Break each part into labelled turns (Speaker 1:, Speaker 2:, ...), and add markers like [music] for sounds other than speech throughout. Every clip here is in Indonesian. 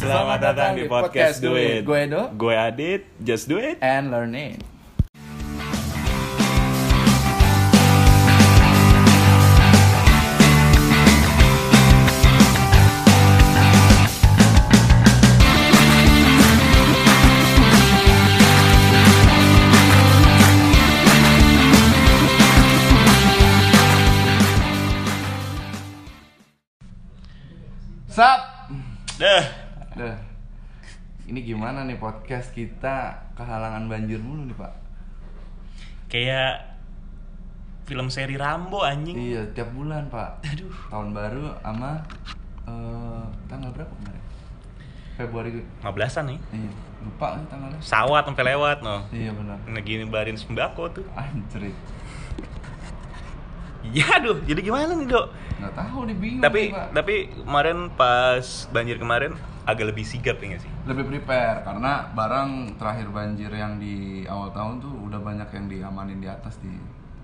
Speaker 1: Selamat datang di podcast Do It.
Speaker 2: Gue Edo
Speaker 1: Gue Adit, just do it.
Speaker 2: and Learning. Sup?
Speaker 1: Dah.
Speaker 2: Duh. Ini gimana nih podcast kita kehalangan banjir mulu nih, Pak.
Speaker 1: Kayak film seri Rambo anjing.
Speaker 2: Iya, tiap bulan, Pak.
Speaker 1: Aduh.
Speaker 2: Tahun baru sama eh, tanggal berapa kemarin? Februari.
Speaker 1: 15-an nih.
Speaker 2: Iya, lupa nih tanggalnya.
Speaker 1: Sawat sampai lewat noh.
Speaker 2: Iya, benar.
Speaker 1: Lagi nyebarin sembako tuh.
Speaker 2: Anjrit.
Speaker 1: Ya aduh, jadi gimana nih, Dok?
Speaker 2: Nggak tahu nih bingung
Speaker 1: Tapi
Speaker 2: nih, Iya, Pak.
Speaker 1: tapi kemarin pas banjir kemarin agak lebih sigap ya nggak sih?
Speaker 2: lebih prepare karena barang terakhir banjir yang di awal tahun tuh udah banyak yang diamanin di atas di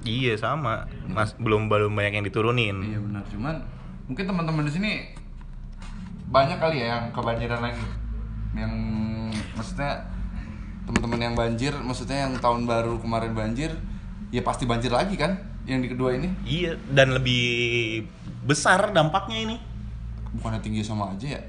Speaker 1: Iya sama, mas belum belum banyak yang diturunin.
Speaker 2: iya benar cuman mungkin teman-teman di sini banyak kali ya yang kebanjiran lagi yang maksudnya teman-teman yang banjir maksudnya yang tahun baru kemarin banjir ya pasti banjir lagi kan yang di kedua ini
Speaker 1: Iya dan lebih besar dampaknya ini.
Speaker 2: bukannya tinggi sama aja ya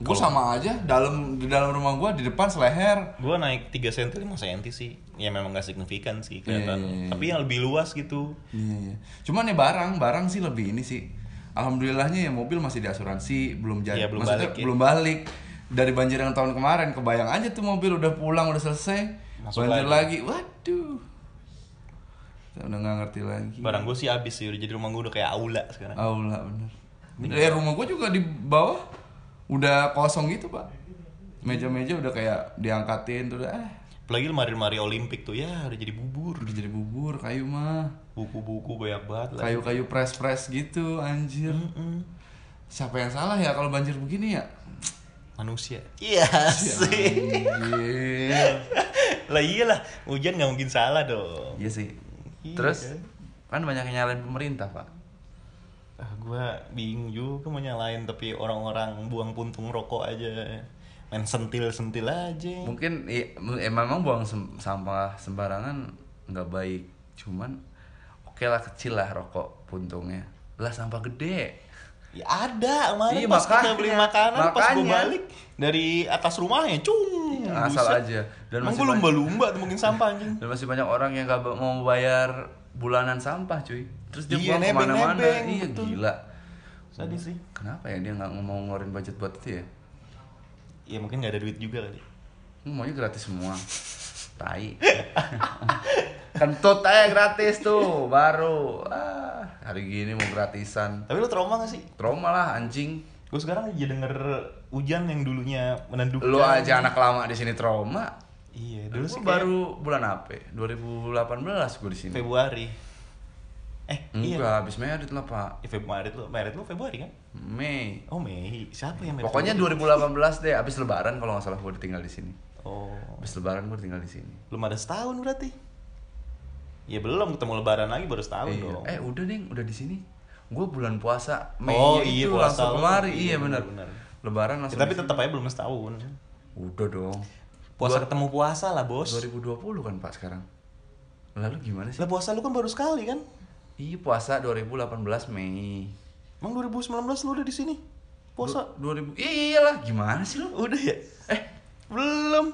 Speaker 2: gue sama aja dalam di dalam rumah gua di depan seleher
Speaker 1: Gue naik 3 cm 5 cm sih Ya memang gak signifikan sih kelihatan
Speaker 2: Iya, iya, iya.
Speaker 1: Tapi yang lebih luas gitu
Speaker 2: Iya, iya. Cuman ya barang, barang sih lebih ini sih. Alhamdulillahnya ya mobil masih diasuransi, belum
Speaker 1: Iya,
Speaker 2: jadi.
Speaker 1: belum
Speaker 2: maksudnya
Speaker 1: balik ya.
Speaker 2: belum balik. Dari banjir yang tahun kemarin, kebayang aja tuh mobil udah pulang, udah selesai.
Speaker 1: Masuk
Speaker 2: banjir lagi. Waduh. Saya udah nggak ngerti lagi.
Speaker 1: Barang gue sih habis sih udah jadi rumah gue udah kayak aula sekarang
Speaker 2: Aula bener. Ya rumah gue juga di bawah udah kosong gitu, Pak. Meja-meja udah kayak diangkatin tuh udah ah,
Speaker 1: Apalagi lemari-lemari olimpik tuh ya udah jadi bubur
Speaker 2: udah jadi bubur kayu mah.
Speaker 1: Buku-buku banyak banget lah
Speaker 2: Kayu-kayu press-press gitu, anjir.
Speaker 1: Mm-mm.
Speaker 2: Siapa yang salah ya kalau banjir begini
Speaker 1: [laughs]
Speaker 2: ya?
Speaker 1: Manusia Iya sih
Speaker 2: Anjir.
Speaker 1: [laughs] Lah iyalah hujan gak mungkin salah dong
Speaker 2: Iya sih.
Speaker 1: Iya.
Speaker 2: Terus kan banyak yang nyalain pemerintah, Pak.
Speaker 1: ah, Gue bingung juga mau nyalain tapi orang-orang buang puntung rokok aja Main sentil-sentil aja
Speaker 2: Mungkin i- mu- eh, memang buang sem- sampah sembarangan nggak baik, cuman oke lah kecil lah rokok puntungnya. Lah sampah gede.
Speaker 1: Ya ada, kemarin
Speaker 2: Iya,
Speaker 1: pas kita
Speaker 2: makanya.
Speaker 1: beli makanan, pas gue
Speaker 2: Makanya.
Speaker 1: balik dari atas rumahnya, cung.
Speaker 2: Iya, asal
Speaker 1: buset.
Speaker 2: aja. Dan
Speaker 1: Emang
Speaker 2: masih
Speaker 1: gue
Speaker 2: banyak-
Speaker 1: lumba-lumba tuh mungkin sampah
Speaker 2: [laughs]
Speaker 1: anjing.
Speaker 2: Dan masih banyak orang yang nggak ba- mau bayar bulanan sampah, cuy. Terus dia
Speaker 1: Iya,
Speaker 2: buang
Speaker 1: nebeng-nebeng,
Speaker 2: kemana-mana. Iya,
Speaker 1: betul.
Speaker 2: gila.
Speaker 1: Sadis sih.
Speaker 2: Kenapa ya dia nggak mau ngeluarin budget buat itu ya?
Speaker 1: Ya mungkin gak ada duit juga kali.
Speaker 2: Ini Hmm, maunya gratis semua. Tai. [laughs] Kentut aja gratis tuh, baru. Ah, hari gini mau gratisan.
Speaker 1: Tapi lu trauma gak sih?
Speaker 2: Trauma lah anjing.
Speaker 1: Gue sekarang aja denger hujan yang dulunya menenduk.
Speaker 2: Lu aja anak lama di sini trauma.
Speaker 1: Iya, dulu
Speaker 2: Dulu
Speaker 1: sih baru
Speaker 2: baru bulan apa? ya? 2018 gue di sini.
Speaker 1: Februari. Eh, iya.
Speaker 2: Enggak, habis Merit lah, Pak.
Speaker 1: Ya, Februari tuh, Maret lu Februari kan?
Speaker 2: Mei.
Speaker 1: Oh Mei, siapa yang Maret?
Speaker 2: Pokoknya 2018 deh, habis lebaran kalau nggak salah gue tinggal di sini.
Speaker 1: Oh,
Speaker 2: Habis lebaran gue tinggal di sini.
Speaker 1: belum ada setahun berarti. Ya belum ketemu lebaran lagi baru setahun
Speaker 2: Iya.
Speaker 1: dong.
Speaker 2: Eh, udah deh, udah di sini. Gue bulan puasa Mei
Speaker 1: Oh, iya,
Speaker 2: itu
Speaker 1: puasa
Speaker 2: langsung
Speaker 1: lu.
Speaker 2: kemari.
Speaker 1: Iya,
Speaker 2: Iya, bener.
Speaker 1: bener.
Speaker 2: Lebaran
Speaker 1: Ya,
Speaker 2: langsung.
Speaker 1: tapi
Speaker 2: di sini.
Speaker 1: tetap aja belum setahun.
Speaker 2: Udah dong.
Speaker 1: Puasa ketemu puasa lah, Bos.
Speaker 2: 2020 kan Pak sekarang. Lalu gimana sih?
Speaker 1: Lah puasa lu kan baru sekali kan?
Speaker 2: Iya puasa 2018 Mei.
Speaker 1: Emang 2019 lu udah di sini? Puasa.
Speaker 2: 2000. Iya iyalah, gimana sih lu?
Speaker 1: Udah ya? Eh, belum.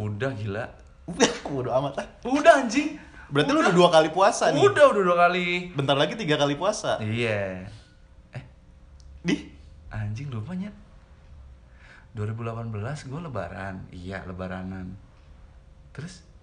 Speaker 2: Udah gila.
Speaker 1: Udah, [laughs] bodo amat lah.
Speaker 2: Udah anjing.
Speaker 1: Berarti lu udah dua kali puasa nih.
Speaker 2: Udah udah dua kali.
Speaker 1: Bentar lagi tiga kali puasa. Iya,
Speaker 2: Iya. Eh,
Speaker 1: Di
Speaker 2: anjing lupa nyet. 2018 gue lebaran. Iya, lebaranan. Terus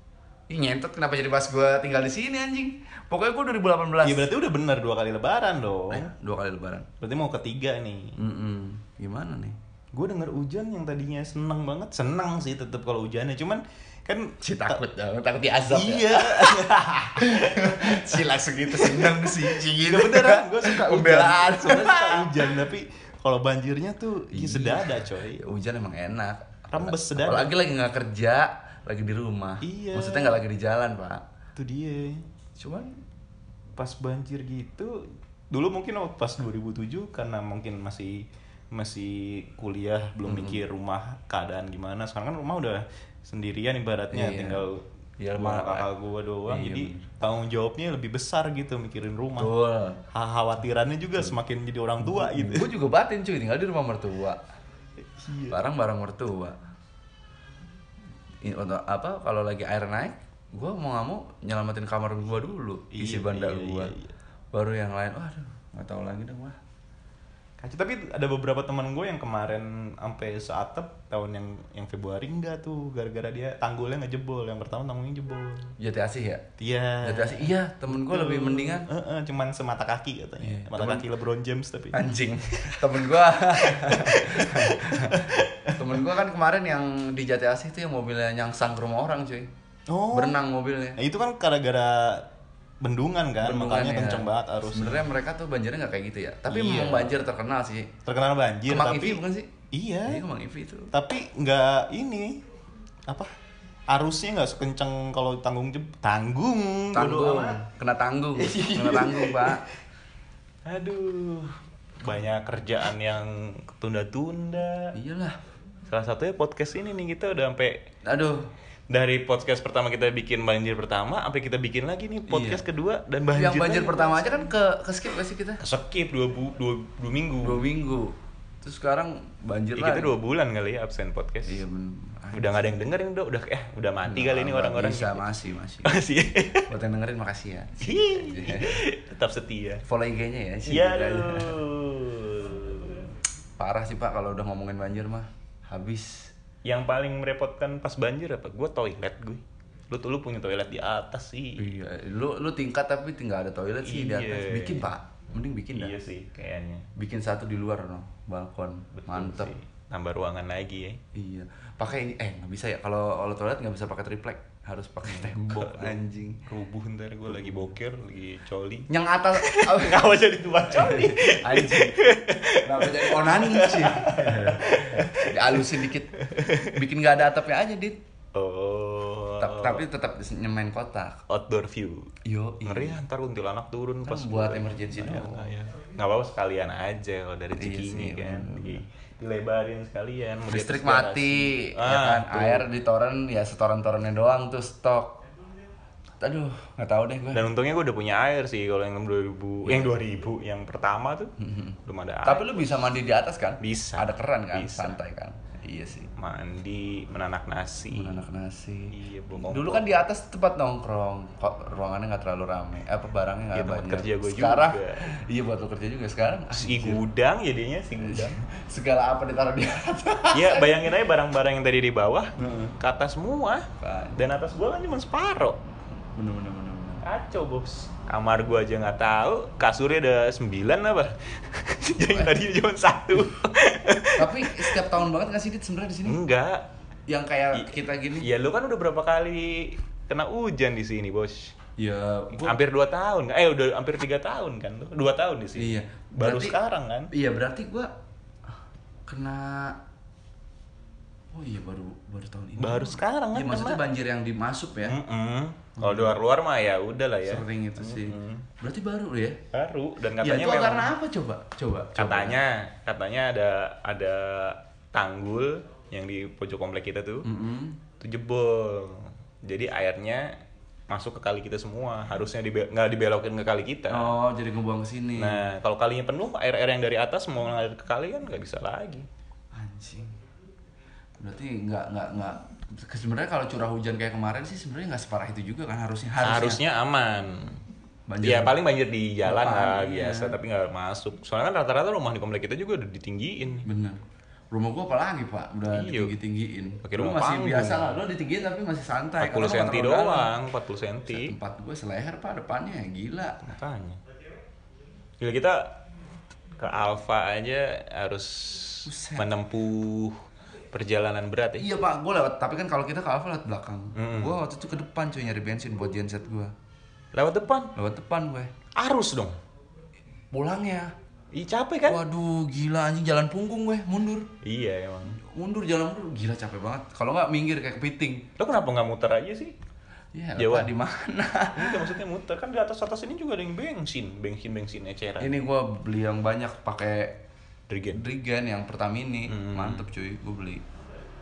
Speaker 2: Ih nyentot kenapa jadi pas gue tinggal di sini anjing. Pokoknya gue 2018.
Speaker 1: Ya berarti udah bener dua kali lebaran dong.
Speaker 2: Eh, dua kali lebaran.
Speaker 1: Berarti mau ketiga nih.
Speaker 2: Mm-mm. Gimana nih?
Speaker 1: Gue denger hujan yang tadinya seneng banget, senang sih tetap kalau hujannya. Cuman kan
Speaker 2: Si takut dong, takut diazab ya.
Speaker 1: Iya.
Speaker 2: [laughs]
Speaker 1: [laughs]
Speaker 2: si langsung gitu seneng sih, si
Speaker 1: Gak
Speaker 2: ah.
Speaker 1: beneran, gue [laughs] suka hujan.
Speaker 2: Pembelaan.
Speaker 1: Sebenernya suka hujan, tapi kalau banjirnya tuh ya
Speaker 2: Iya.
Speaker 1: sedada coy.
Speaker 2: Ya, hujan emang enak.
Speaker 1: Rembes sedada.
Speaker 2: Apalagi lagi nggak kerja, lagi di rumah.
Speaker 1: Iya.
Speaker 2: Maksudnya nggak lagi di jalan pak.
Speaker 1: Itu dia.
Speaker 2: Cuman
Speaker 1: Pas banjir gitu, dulu mungkin waktu pas 2007 karena mungkin masih masih kuliah belum mikir rumah keadaan gimana sekarang kan rumah udah sendirian ibaratnya
Speaker 3: Iya.
Speaker 1: tinggal
Speaker 2: Iya,
Speaker 1: gua,
Speaker 2: rumah-
Speaker 1: kakak gua doang
Speaker 2: Iya,
Speaker 1: jadi tanggung jawabnya lebih besar gitu mikirin rumah
Speaker 2: Betul.
Speaker 1: khawatirannya juga semakin jadi orang tua gitu Iya.
Speaker 2: Gue juga batin cuy tinggal di rumah mertua. Barang-barang mertua. I- untuk- apa kalau lagi air naik, gue mau nggak mau nyelamatin kamar gue dulu,
Speaker 1: Iya,
Speaker 2: isi bandal
Speaker 1: iya,
Speaker 2: gue.
Speaker 1: iya, iya.
Speaker 2: Baru yang lain, waduh nggak tahu lagi deh gue.
Speaker 1: Kacau, tapi ada beberapa teman gue yang kemarin sampai seatap tahun yang yang Februari enggak tuh gara-gara dia tanggulnya ngejebol yang pertama tanggulnya jebol
Speaker 2: Jati asih ya.
Speaker 1: iya
Speaker 2: Jati asih, iya temen gue lebih mendingan Iya,
Speaker 1: Eh, eh, cuman semata kaki katanya mata kaki LeBron James tapi
Speaker 2: anjing [laughs] temen gua temen gua kan kemarin yang di Jati Asih itu yang mobilnya nyangsang ke rumah orang cuy
Speaker 1: Oh.
Speaker 2: berenang mobilnya
Speaker 1: Nah, itu kan gara-gara bendungan kan makanya
Speaker 2: Bendungan ya.
Speaker 1: kenceng banget arus
Speaker 2: sebenarnya mereka tuh banjirnya nggak kayak gitu ya tapi
Speaker 1: Iya.
Speaker 2: memang banjir terkenal sih
Speaker 1: terkenal banjir
Speaker 2: Kemang
Speaker 1: tapi
Speaker 2: Ivi bukan sih
Speaker 1: iya
Speaker 2: Iya Kemang Ivi itu
Speaker 1: tapi nggak ini apa arusnya nggak sekenceng kalau tanggung jeb tanggung bodo
Speaker 2: tanggung
Speaker 1: amat.
Speaker 2: kena
Speaker 1: [laughs]
Speaker 2: tanggung kena tanggung pak
Speaker 1: Aduh, banyak kerjaan yang ketunda-tunda.
Speaker 2: iyalah
Speaker 1: Salah satunya podcast ini nih kita udah sampai
Speaker 2: aduh
Speaker 1: dari podcast pertama kita bikin banjir pertama, sampai kita bikin lagi nih podcast kedua dan banjir.
Speaker 2: Iya. yang banjir
Speaker 1: lagi.
Speaker 2: pertama aja kan ke ke skip gak sih kita
Speaker 1: Skip dua bu dua, dua minggu.
Speaker 2: dua minggu terus sekarang banjir
Speaker 1: Ya, kita
Speaker 2: lagi
Speaker 1: dua bulan kali ya absen podcast.
Speaker 2: iya bener
Speaker 1: Udah nggak ada yang dengerin udah udah eh udah mati kali ini
Speaker 2: Nggak
Speaker 1: orang-orang.
Speaker 2: bisa masih masih
Speaker 1: [laughs] Masih.
Speaker 2: buat yang dengerin makasih ya
Speaker 1: Tetap setia.
Speaker 2: follow IG-nya ya sih
Speaker 1: Ya aduh.
Speaker 2: parah sih pak kalau udah ngomongin banjir mah habis
Speaker 1: Yang paling merepotkan pas banjir apa? Gue toilet gue. Lu tuh lu punya toilet di atas sih.
Speaker 2: iya lu lu tingkat tapi tinggal ada toilet sih di
Speaker 1: Iya.
Speaker 2: atas bikin pak mending bikin dah
Speaker 1: Iya sih kayaknya.
Speaker 2: bikin satu di luar no balkon
Speaker 1: Betul
Speaker 2: mantep
Speaker 1: sih. Tambah ruangan lagi ya.
Speaker 2: iya pakai ini eh nggak bisa ya kalau kalau toilet nggak bisa pakai triplek harus pakai tembok anjing
Speaker 1: Rubuh ntar gue lagi boker, lagi coli.
Speaker 2: yang atas
Speaker 1: Kenapa jadi tuan
Speaker 2: Eh.
Speaker 1: coli?
Speaker 2: anjing kenapa jadi onani sih dialusin dikit bikin nggak ada atapnya aja dit
Speaker 1: Oh.
Speaker 2: Ta- tapi tetap dis- nyemain kotak
Speaker 1: outdoor view.
Speaker 2: yo iya.
Speaker 1: Ngeri ya, ntar kuntilanak turun
Speaker 2: Kan
Speaker 1: pas gua-
Speaker 2: buat emergency
Speaker 1: Iya,
Speaker 2: doang.
Speaker 1: iya. Nggak apa-apa sekalian aja kalau dari
Speaker 2: Iya
Speaker 1: Cikini
Speaker 2: sih,
Speaker 1: kan.
Speaker 2: bener-bener.
Speaker 1: Di- Dilebarin sekalian. mau di atas
Speaker 2: listrik
Speaker 1: garasi.
Speaker 2: mati ya
Speaker 1: Ah,
Speaker 2: kan
Speaker 1: tuh.
Speaker 2: air di toren ya setoran-torennya doang tuh stok aduh nggak tahu deh gue
Speaker 1: Dan untungnya gue udah punya air sih kalau yang 2000, yang 2000 yang pertama tuh belum ada air.
Speaker 2: Iya. Mm-hmm. tapi lu bisa mandi di atas kan
Speaker 1: Bisa.
Speaker 2: ada keran kan
Speaker 1: Bisa.
Speaker 2: santai kan iya sih
Speaker 1: mandi, menanak nasi.
Speaker 2: anak nasi
Speaker 1: Iya, bongkong.
Speaker 2: dulu kan di atas tempat nongkrong kok ruangannya nggak terlalu rame Eh, apa barangnya nggak
Speaker 1: Iya, tempat
Speaker 2: banyak
Speaker 1: kerja gue
Speaker 2: sekarang
Speaker 1: juga.
Speaker 2: [laughs] iya buat lo kerja juga sekarang [laughs]
Speaker 1: si gudang jadinya si gudang.
Speaker 2: segala apa ditaruh
Speaker 1: [laughs]
Speaker 2: di atas
Speaker 1: ya bayangin aja barang-barang yang tadi di bawah ke atas semua.
Speaker 2: Kan.
Speaker 1: Dan atas gua kan cuma separuh.
Speaker 2: bener bener bener, bener.
Speaker 1: Kacau, Bos. Kamar gua aja nggak tahu, kasurnya ada 9 apa? [laughs] Jadi tadi cuma
Speaker 2: [laughs]
Speaker 1: satu.
Speaker 2: tapi setiap tahun banget nggak sih dit sebenarnya di
Speaker 1: Hmm.
Speaker 2: sini
Speaker 1: Enggak.
Speaker 2: yang kayak kita gini
Speaker 1: Ya lu kan udah berapa kali kena hujan di sini, Bos?
Speaker 2: ya gua-
Speaker 1: hampir 2 tahun eh udah hampir tiga tahun kan lu dua tahun di sini
Speaker 2: Iya.
Speaker 1: baru
Speaker 2: Berarti-
Speaker 1: sekarang kan
Speaker 2: iya berarti gua kena oh iya baru baru tahun ini
Speaker 1: baru Hmm. sekarang kan
Speaker 2: Iya, maksudnya banjir yang dimasup ya
Speaker 1: Mm-mm. kalau luar luar mah ya udah lah ya
Speaker 2: sering itu sih berarti baru ya
Speaker 1: baru dan
Speaker 2: ya
Speaker 1: katanya
Speaker 2: itu
Speaker 1: memang
Speaker 2: karena apa coba coba coba.
Speaker 1: katanya katanya ada ada tanggul yang di pojok komplek kita tuh
Speaker 2: Mm-mm.
Speaker 1: itu jebol jadi airnya masuk ke kali kita semua harusnya dibe- nggak dibelokin ke kali kita
Speaker 2: oh jadi ngebuang ke sini
Speaker 1: nah kalau kalinya penuh air air yang dari atas mau ngalir ke kali kan nggak bisa lagi
Speaker 2: anjing berarti nggak nggak nggak sebenarnya kalau curah hujan kayak kemarin sih sebenarnya nggak separah itu juga kan harusnya harusnya,
Speaker 1: harusnya, aman.
Speaker 2: Banjir.
Speaker 1: Ya paling banjir di jalan
Speaker 2: Depan,
Speaker 1: lah
Speaker 2: iya.
Speaker 1: biasa, tapi nggak masuk. Soalnya kan rata-rata rumah di komplek kita juga udah ditinggiin.
Speaker 2: bener rumah gua apa lagi pak udah
Speaker 1: Iya.
Speaker 2: tinggi tinggiin
Speaker 1: Pakai
Speaker 2: lu
Speaker 1: rumah
Speaker 2: masih
Speaker 1: panggung.
Speaker 2: biasa lah lu ditinggiin tapi masih santai
Speaker 1: 40
Speaker 2: karena nggak
Speaker 1: cm
Speaker 2: terlalu dalam.
Speaker 1: doang, 40 cm.
Speaker 2: tempat gue seleher pak depannya gila
Speaker 1: Makanya. Gila kita ke Alfa aja harus
Speaker 2: Buset.
Speaker 1: menempuh perjalanan berat ya.
Speaker 2: iya pak gue lewat tapi kan kalau kita ke Alfa lewat belakang gue waktu itu ke depan cuy nyari bensin buat genset gue
Speaker 1: Lewat depan,
Speaker 2: lewat depan gue
Speaker 1: arus dong.
Speaker 2: pulangnya
Speaker 1: Ih capek kan?
Speaker 2: waduh gila anjing jalan punggung gue mundur
Speaker 1: Iya emang.
Speaker 2: mundur jalan mundur gila capek banget kalau nggak minggir kayak kepiting
Speaker 1: Lo kenapa nggak muter aja sih?
Speaker 2: ya
Speaker 1: Jawa.
Speaker 2: pak di mana [laughs]
Speaker 1: Enggak maksudnya muter kan di atas atas ini juga ada yang bensin, bensin bensin eceran.
Speaker 2: ini gue beli yang banyak pakai
Speaker 1: Drigen.
Speaker 2: Drigen yang Pertamini mantep cuy gue beli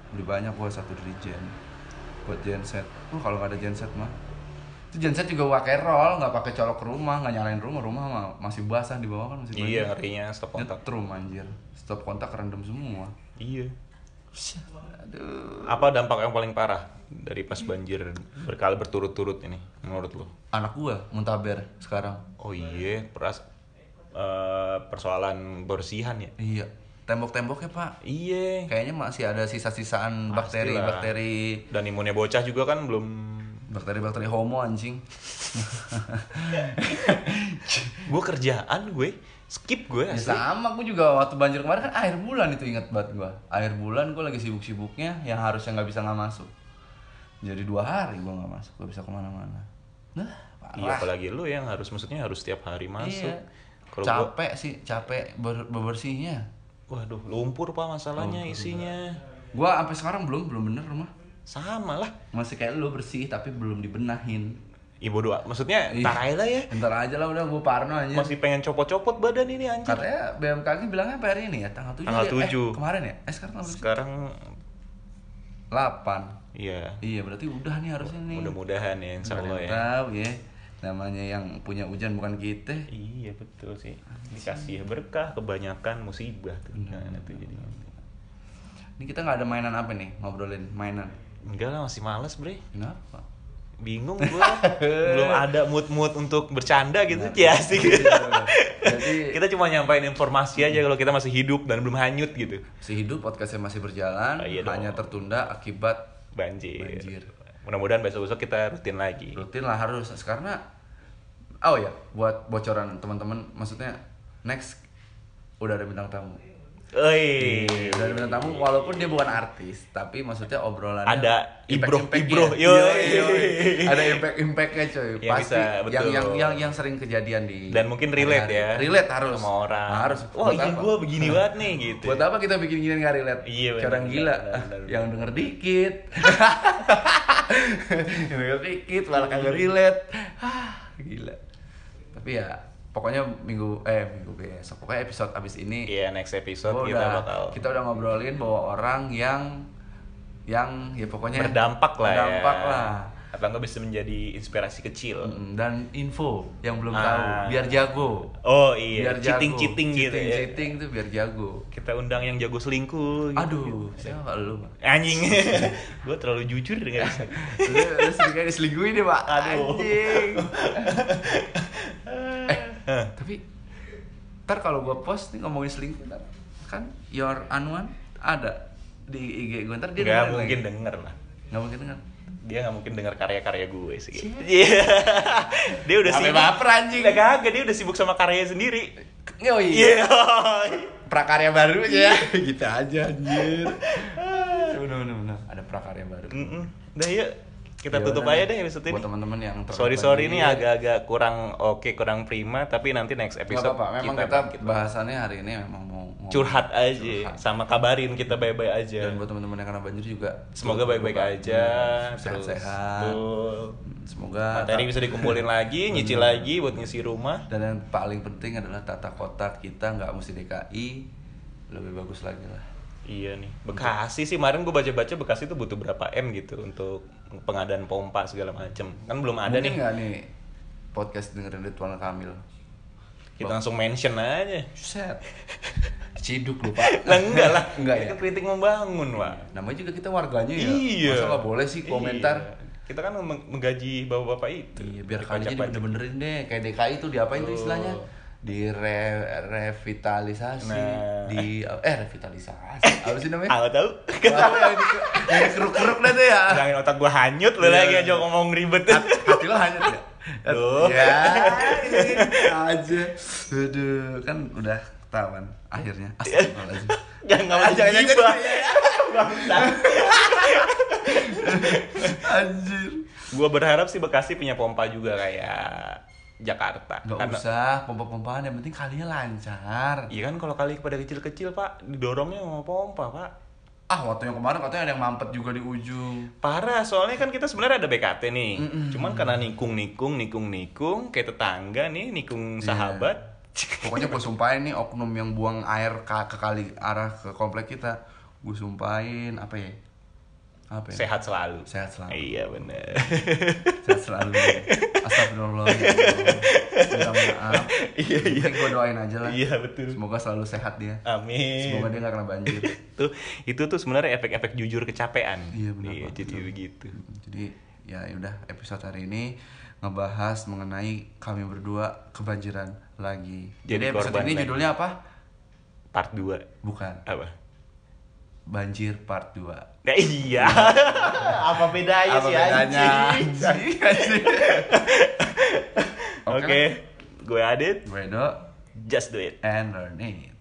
Speaker 2: beli banyak gue satu Drigen buat genset lu kalau nggak ada genset mah itu genset juga pakai roll nggak pakai colok ke rumah nggak nyalain rumah rumah mah masih basah di bawah kan masih
Speaker 1: Iya, ngerinya stop kontak.
Speaker 2: nyetrum anjir stop kontak rendem semua
Speaker 1: Iya.
Speaker 2: aduh
Speaker 1: Apa dampak yang paling parah dari pas banjir berkali berturut-turut ini menurut lo?
Speaker 2: anak gue muntaber sekarang
Speaker 1: Oh iya, peras eh, persoalan bersihan ya.
Speaker 2: iya tembok-temboknya pak
Speaker 1: Iya.
Speaker 2: kayaknya masih ada sisa-sisaan bakteri
Speaker 1: Pastilah.
Speaker 2: bakteri
Speaker 1: Dan imunnya bocah juga kan belum
Speaker 2: bakteri bakteri homo anjing
Speaker 1: gue kerjaan gue skip gue
Speaker 2: Ya
Speaker 1: asli
Speaker 2: sama, aku juga waktu banjir kemarin kan air bulan itu inget banget gua Air bulan gua lagi sibuk-sibuknya yang harusnya nggak bisa nggak masuk Jadi dua hari gua nggak masuk, gua bisa kemana-mana Nah,
Speaker 1: iya
Speaker 2: parah
Speaker 1: apalagi lu yang harus maksudnya harus tiap hari masuk
Speaker 2: Iya.
Speaker 1: kalau gua
Speaker 2: Capek sih, capek ber- bebersihnya
Speaker 1: waduh lumpur pak masalahnya isinya
Speaker 2: Gua sampai sekarang belum, belum bener rumah
Speaker 1: sama lah
Speaker 2: Masih kayak lu bersih tapi belum dibenahin
Speaker 1: ibu doa maksudnya
Speaker 2: Iya.
Speaker 1: ntar aja lah ya
Speaker 2: Ntar aja lah udah gua parno aja
Speaker 1: masih pengen copot-copot badan ini anjir
Speaker 2: Katanya BMKG bilangnya apa hari ini ya? Tanggal 7
Speaker 1: Tanggal
Speaker 2: ya?
Speaker 1: tujuh.
Speaker 2: Eh, kemarin ya? Eh sekarang tanggal
Speaker 1: sekarang
Speaker 2: 8
Speaker 1: iya
Speaker 2: Iya berarti udah nih harusnya nih
Speaker 1: mudah-mudahan ya insya Allah ya
Speaker 2: tahu ya namanya yang punya hujan bukan kita
Speaker 1: iya betul sih dikasih berkah kebanyakan musibah tuh Nah, itu jadi
Speaker 2: ini kita nggak ada mainan apa nih ngobrolin mainan
Speaker 1: enggak lah masih males bre
Speaker 2: kenapa
Speaker 1: bingung gue
Speaker 2: [laughs]
Speaker 1: belum ada mood-mood untuk bercanda gitu ya sih
Speaker 2: Iya, jadi
Speaker 1: [laughs] kita cuma nyampain informasi aja kalau kita masih hidup dan belum hanyut gitu
Speaker 2: sehidup podcastnya masih berjalan
Speaker 1: Ah, iya dong.
Speaker 2: hanya tertunda akibat
Speaker 1: banjir,
Speaker 2: Banjir.
Speaker 1: mudah-mudahan besok-besok kita rutin lagi
Speaker 2: rutin lah harus karena oh ya buat bocoran teman-teman maksudnya next udah ada bintang tamu
Speaker 1: Oi,
Speaker 2: udah ada Iya, bintang tamu walaupun dia bukan artis tapi maksudnya obrolan
Speaker 1: Ada ibroh- ibroh, yoi.
Speaker 2: iya, ada impact impactnya
Speaker 1: Yang
Speaker 2: coy pasti
Speaker 1: bisa, betul.
Speaker 2: yang yang yang yang sering kejadian di
Speaker 1: dan mungkin relate ya
Speaker 2: relate iya. harus
Speaker 1: sama orang
Speaker 2: harus
Speaker 1: wah
Speaker 2: Buat
Speaker 1: iya
Speaker 2: apa?
Speaker 1: gue begini banget nih gitu
Speaker 2: buat apa kita bikin gini nggak relate
Speaker 1: Iya,
Speaker 2: Kayak
Speaker 1: benar,
Speaker 2: orang gila
Speaker 1: benar, benar, benar.
Speaker 2: yang denger dikit [laughs] yang denger dikit malah
Speaker 1: Iya.
Speaker 2: kagak relate ah gila tapi ya pokoknya minggu eh minggu besok pokoknya episode abis ini
Speaker 1: iya next episode
Speaker 2: Gua
Speaker 1: kita
Speaker 2: Oh, udah-
Speaker 1: bakal
Speaker 2: kita udah ngobrolin bahwa orang yang yang ya pokoknya
Speaker 1: berdampak lah
Speaker 2: berdampak
Speaker 1: ya
Speaker 2: lah
Speaker 1: atau nggak bisa menjadi inspirasi kecil
Speaker 2: Mm, dan info yang belum
Speaker 1: Ah.
Speaker 2: tahu biar jago
Speaker 1: oh iya
Speaker 2: biar
Speaker 1: cheating cheating gitu
Speaker 2: cheating,
Speaker 1: ya
Speaker 2: cheating tuh biar jago
Speaker 1: kita undang yang jago selingkuh gitu.
Speaker 2: aduh saya nggak lu Pak. [laughs]
Speaker 1: anjing [laughs] gue terlalu jujur dengan
Speaker 2: lu, lu sedikit diselingkuhin deh pak
Speaker 1: Aduh. [laughs]
Speaker 2: anjing eh, tapi ntar kalau gua post nih ngomongin selingkuh ntar kan your anuan ada di IG gue ntar dia
Speaker 1: nggak
Speaker 2: dengerin
Speaker 1: mungkin
Speaker 2: lagi.
Speaker 1: denger lah
Speaker 2: nggak mungkin dengar
Speaker 1: dia nggak mungkin dengar karya-karya gue sih [laughs] Iya. dia udah
Speaker 2: Sampai
Speaker 1: sibuk
Speaker 2: baper, anjing.
Speaker 1: udah kagak dia udah sibuk sama karyanya sendiri
Speaker 2: oh
Speaker 1: iya
Speaker 2: prakarya baru aja gitu aja anjir
Speaker 1: Ah.
Speaker 2: bener bener bener ada prakarya baru
Speaker 1: [laughs] Mm-mm. udah yuk Hmm, kita
Speaker 2: Ya
Speaker 1: tutup
Speaker 2: udah
Speaker 1: aja
Speaker 2: nih.
Speaker 1: deh episode ini
Speaker 2: buat teman-teman yang
Speaker 1: sorry sorry ini agak-agak kurang oke kurang prima tapi nanti next
Speaker 2: Gak
Speaker 1: episode
Speaker 2: apa-apa, memang kita,
Speaker 1: bangkit lagi.
Speaker 2: bahasannya hari ini memang mau ngomong-
Speaker 1: curhat aja
Speaker 2: curhat. Hmm.
Speaker 1: sama kabarin kita bye-bye aja
Speaker 2: dan buat teman-teman yang kena banjir juga
Speaker 1: semoga
Speaker 2: turut
Speaker 1: baik-baik
Speaker 2: berduka.
Speaker 1: aja
Speaker 2: Hmm,
Speaker 1: terus
Speaker 2: sehat-sehat
Speaker 1: betul.
Speaker 2: Hmm, semoga
Speaker 1: materi bisa dikumpulin lagi nyicil lagi buat ngisi rumah
Speaker 2: [laughs] dan yang paling penting adalah tata kota kita nggak mesti DKI lebih bagus lagi lah
Speaker 1: Iya nih. Bekasi sih kemarin gue baca-baca Bekasi tuh butuh berapa M gitu untuk pengadaan pompa segala macem. Kan belum ada
Speaker 2: Mungkin
Speaker 1: nih.
Speaker 2: nggak nih podcast dengerin Ridwan Kamil
Speaker 1: Kita langsung mention aja.
Speaker 2: [laughs] set ciduk lu pak
Speaker 1: Lah enggak lah.
Speaker 2: [laughs] enggak
Speaker 1: Ini
Speaker 2: ya
Speaker 1: kan kritik membangun, Pak.
Speaker 2: namanya juga kita warganya ya
Speaker 1: Iya.
Speaker 2: masa nggak boleh sih komentar
Speaker 1: Iya. Kita kan meng- menggaji bapak-bapak itu.
Speaker 2: Iya, biar
Speaker 1: Dikocok-kocok.
Speaker 2: kalian bener-benerin deh kayak DKI itu diapain tuh istilahnya? Di re- revitalisasi,
Speaker 1: Nah.
Speaker 2: di eh revitalisasi. Apa sih namanya?
Speaker 1: Ah, nggak tahu. [laughs]
Speaker 2: Apa yang di- yang dikeruk-keruk dah tuh ya.
Speaker 1: Bilangin otak gue hanyut lu
Speaker 2: Iya.
Speaker 1: lagi aja ngomong ribet. [laughs]
Speaker 2: Hati lo hanyut ya?
Speaker 1: Duh.
Speaker 2: Ya, ini aja. Aduh, kan udah ketahuan akhirnya. Astagfirullahaladzim.
Speaker 1: Jangan
Speaker 2: Ah,
Speaker 1: ngomong
Speaker 2: jangan, jangan,
Speaker 1: gibah.
Speaker 2: Anjir.
Speaker 1: Gue berharap sih Bekasi punya pompa juga kayak Jakarta.
Speaker 2: Gak
Speaker 1: Karena-
Speaker 2: usah pompa-pompaan yang penting kalinya lancar.
Speaker 1: Iya kan kalau kali kepada kecil-kecil pak didorongnya sama pompa pak.
Speaker 2: Ah, waktu yang kemarin katanya ada yang mampet juga di ujung.
Speaker 1: Parah soalnya kan kita sebenarnya ada BKT
Speaker 2: Iya. [laughs]
Speaker 1: nih. Cuman karena nikung nikung nikung nikung kayak tetangga nih nikung sahabat
Speaker 2: pokoknya gue sumpahin nih oknum yang buang air ke, ke kali arah ke komplek kita gue sumpahin apa ya apa ya
Speaker 1: Sehat selalu.
Speaker 2: sehat selalu
Speaker 1: Iya bener.
Speaker 2: sehat selalu astagfirullah ya Allah. minta maaf
Speaker 1: Iya, iya.
Speaker 2: gue doain aja lah
Speaker 1: [laughs] Iya betul.
Speaker 2: semoga selalu sehat dia
Speaker 1: Amin.
Speaker 2: semoga dia gak kena banjir
Speaker 1: itu itu tuh sebenarnya efek-efek jujur kecapean.
Speaker 2: Iya, benar banget,
Speaker 1: Jadi begitu.
Speaker 2: jadi ya udah episode hari ini ngebahas mengenai kami berdua kebanjiran lagi
Speaker 1: Jadi
Speaker 2: jadi, episode
Speaker 1: korban
Speaker 2: ini
Speaker 1: lagi.
Speaker 2: judulnya apa
Speaker 1: Part 2
Speaker 2: bukan
Speaker 1: apa?
Speaker 2: banjir part 2
Speaker 1: Nah, [laughs] iya. apa bedanya
Speaker 2: apa
Speaker 1: sih
Speaker 2: bedanya
Speaker 1: Ah, iya, anjing?
Speaker 2: Anjing, anjing.
Speaker 1: Oke, gue Adit,
Speaker 2: Bredo
Speaker 1: just do it.
Speaker 2: and learn it